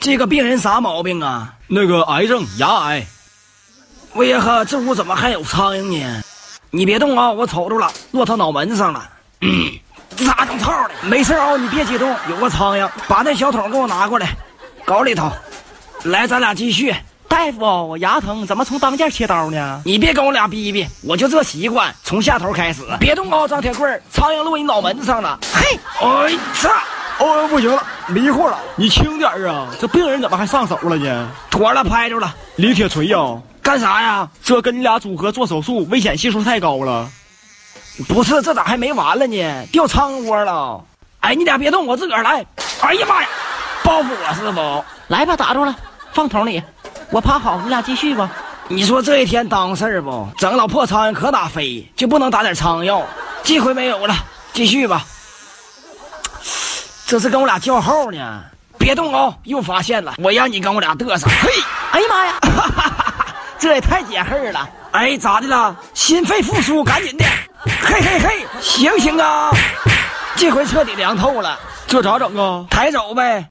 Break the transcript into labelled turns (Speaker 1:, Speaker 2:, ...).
Speaker 1: 这个病人啥毛病啊？
Speaker 2: 那个癌症，牙癌。
Speaker 1: 喂呀呵，这屋怎么还有苍蝇呢？你别动啊，我瞅着了，落他脑门上了。嗯，拿整套的，没事啊、你别激动。有个苍蝇，把那小桶给我拿过来，搞里头。来，咱俩继续。
Speaker 3: 大夫，我牙疼，怎么从当间切刀呢？
Speaker 1: 你别跟我俩逼逼，我就这习惯，从下头开始。别动啊、张铁棍儿，苍蝇落你脑门子上了。嘿，哎操！
Speaker 2: 哦，不行了，迷糊了，你轻点儿啊！这病人怎么还上手了呢？
Speaker 1: 妥了，拍着了，
Speaker 2: 李铁锤呀，
Speaker 1: 干啥呀？
Speaker 2: 这跟你俩组合做手术，危险系数太高了。
Speaker 1: 不是，这咋还没完了呢？掉苍蝇窝了！哎，你俩别动，我自个儿来。哎呀妈呀，报复我是不？
Speaker 3: 来吧，打住了，放桶里。我趴好，你俩继续吧。
Speaker 1: 你说这一天当事儿不？整老破苍蝇可打飞，就不能打点苍蝇药？这回没有了，继续吧。这是跟我俩叫号呢，别动啊、又发现了，我让你跟我俩嘚瑟。嘿，
Speaker 3: 哎呀妈呀，
Speaker 1: 这也太解恨了。哎，咋的了？心肺复苏，赶紧的。嘿嘿嘿，行行啊，这回彻底凉透了，
Speaker 2: 这咋整啊？
Speaker 1: 抬走呗。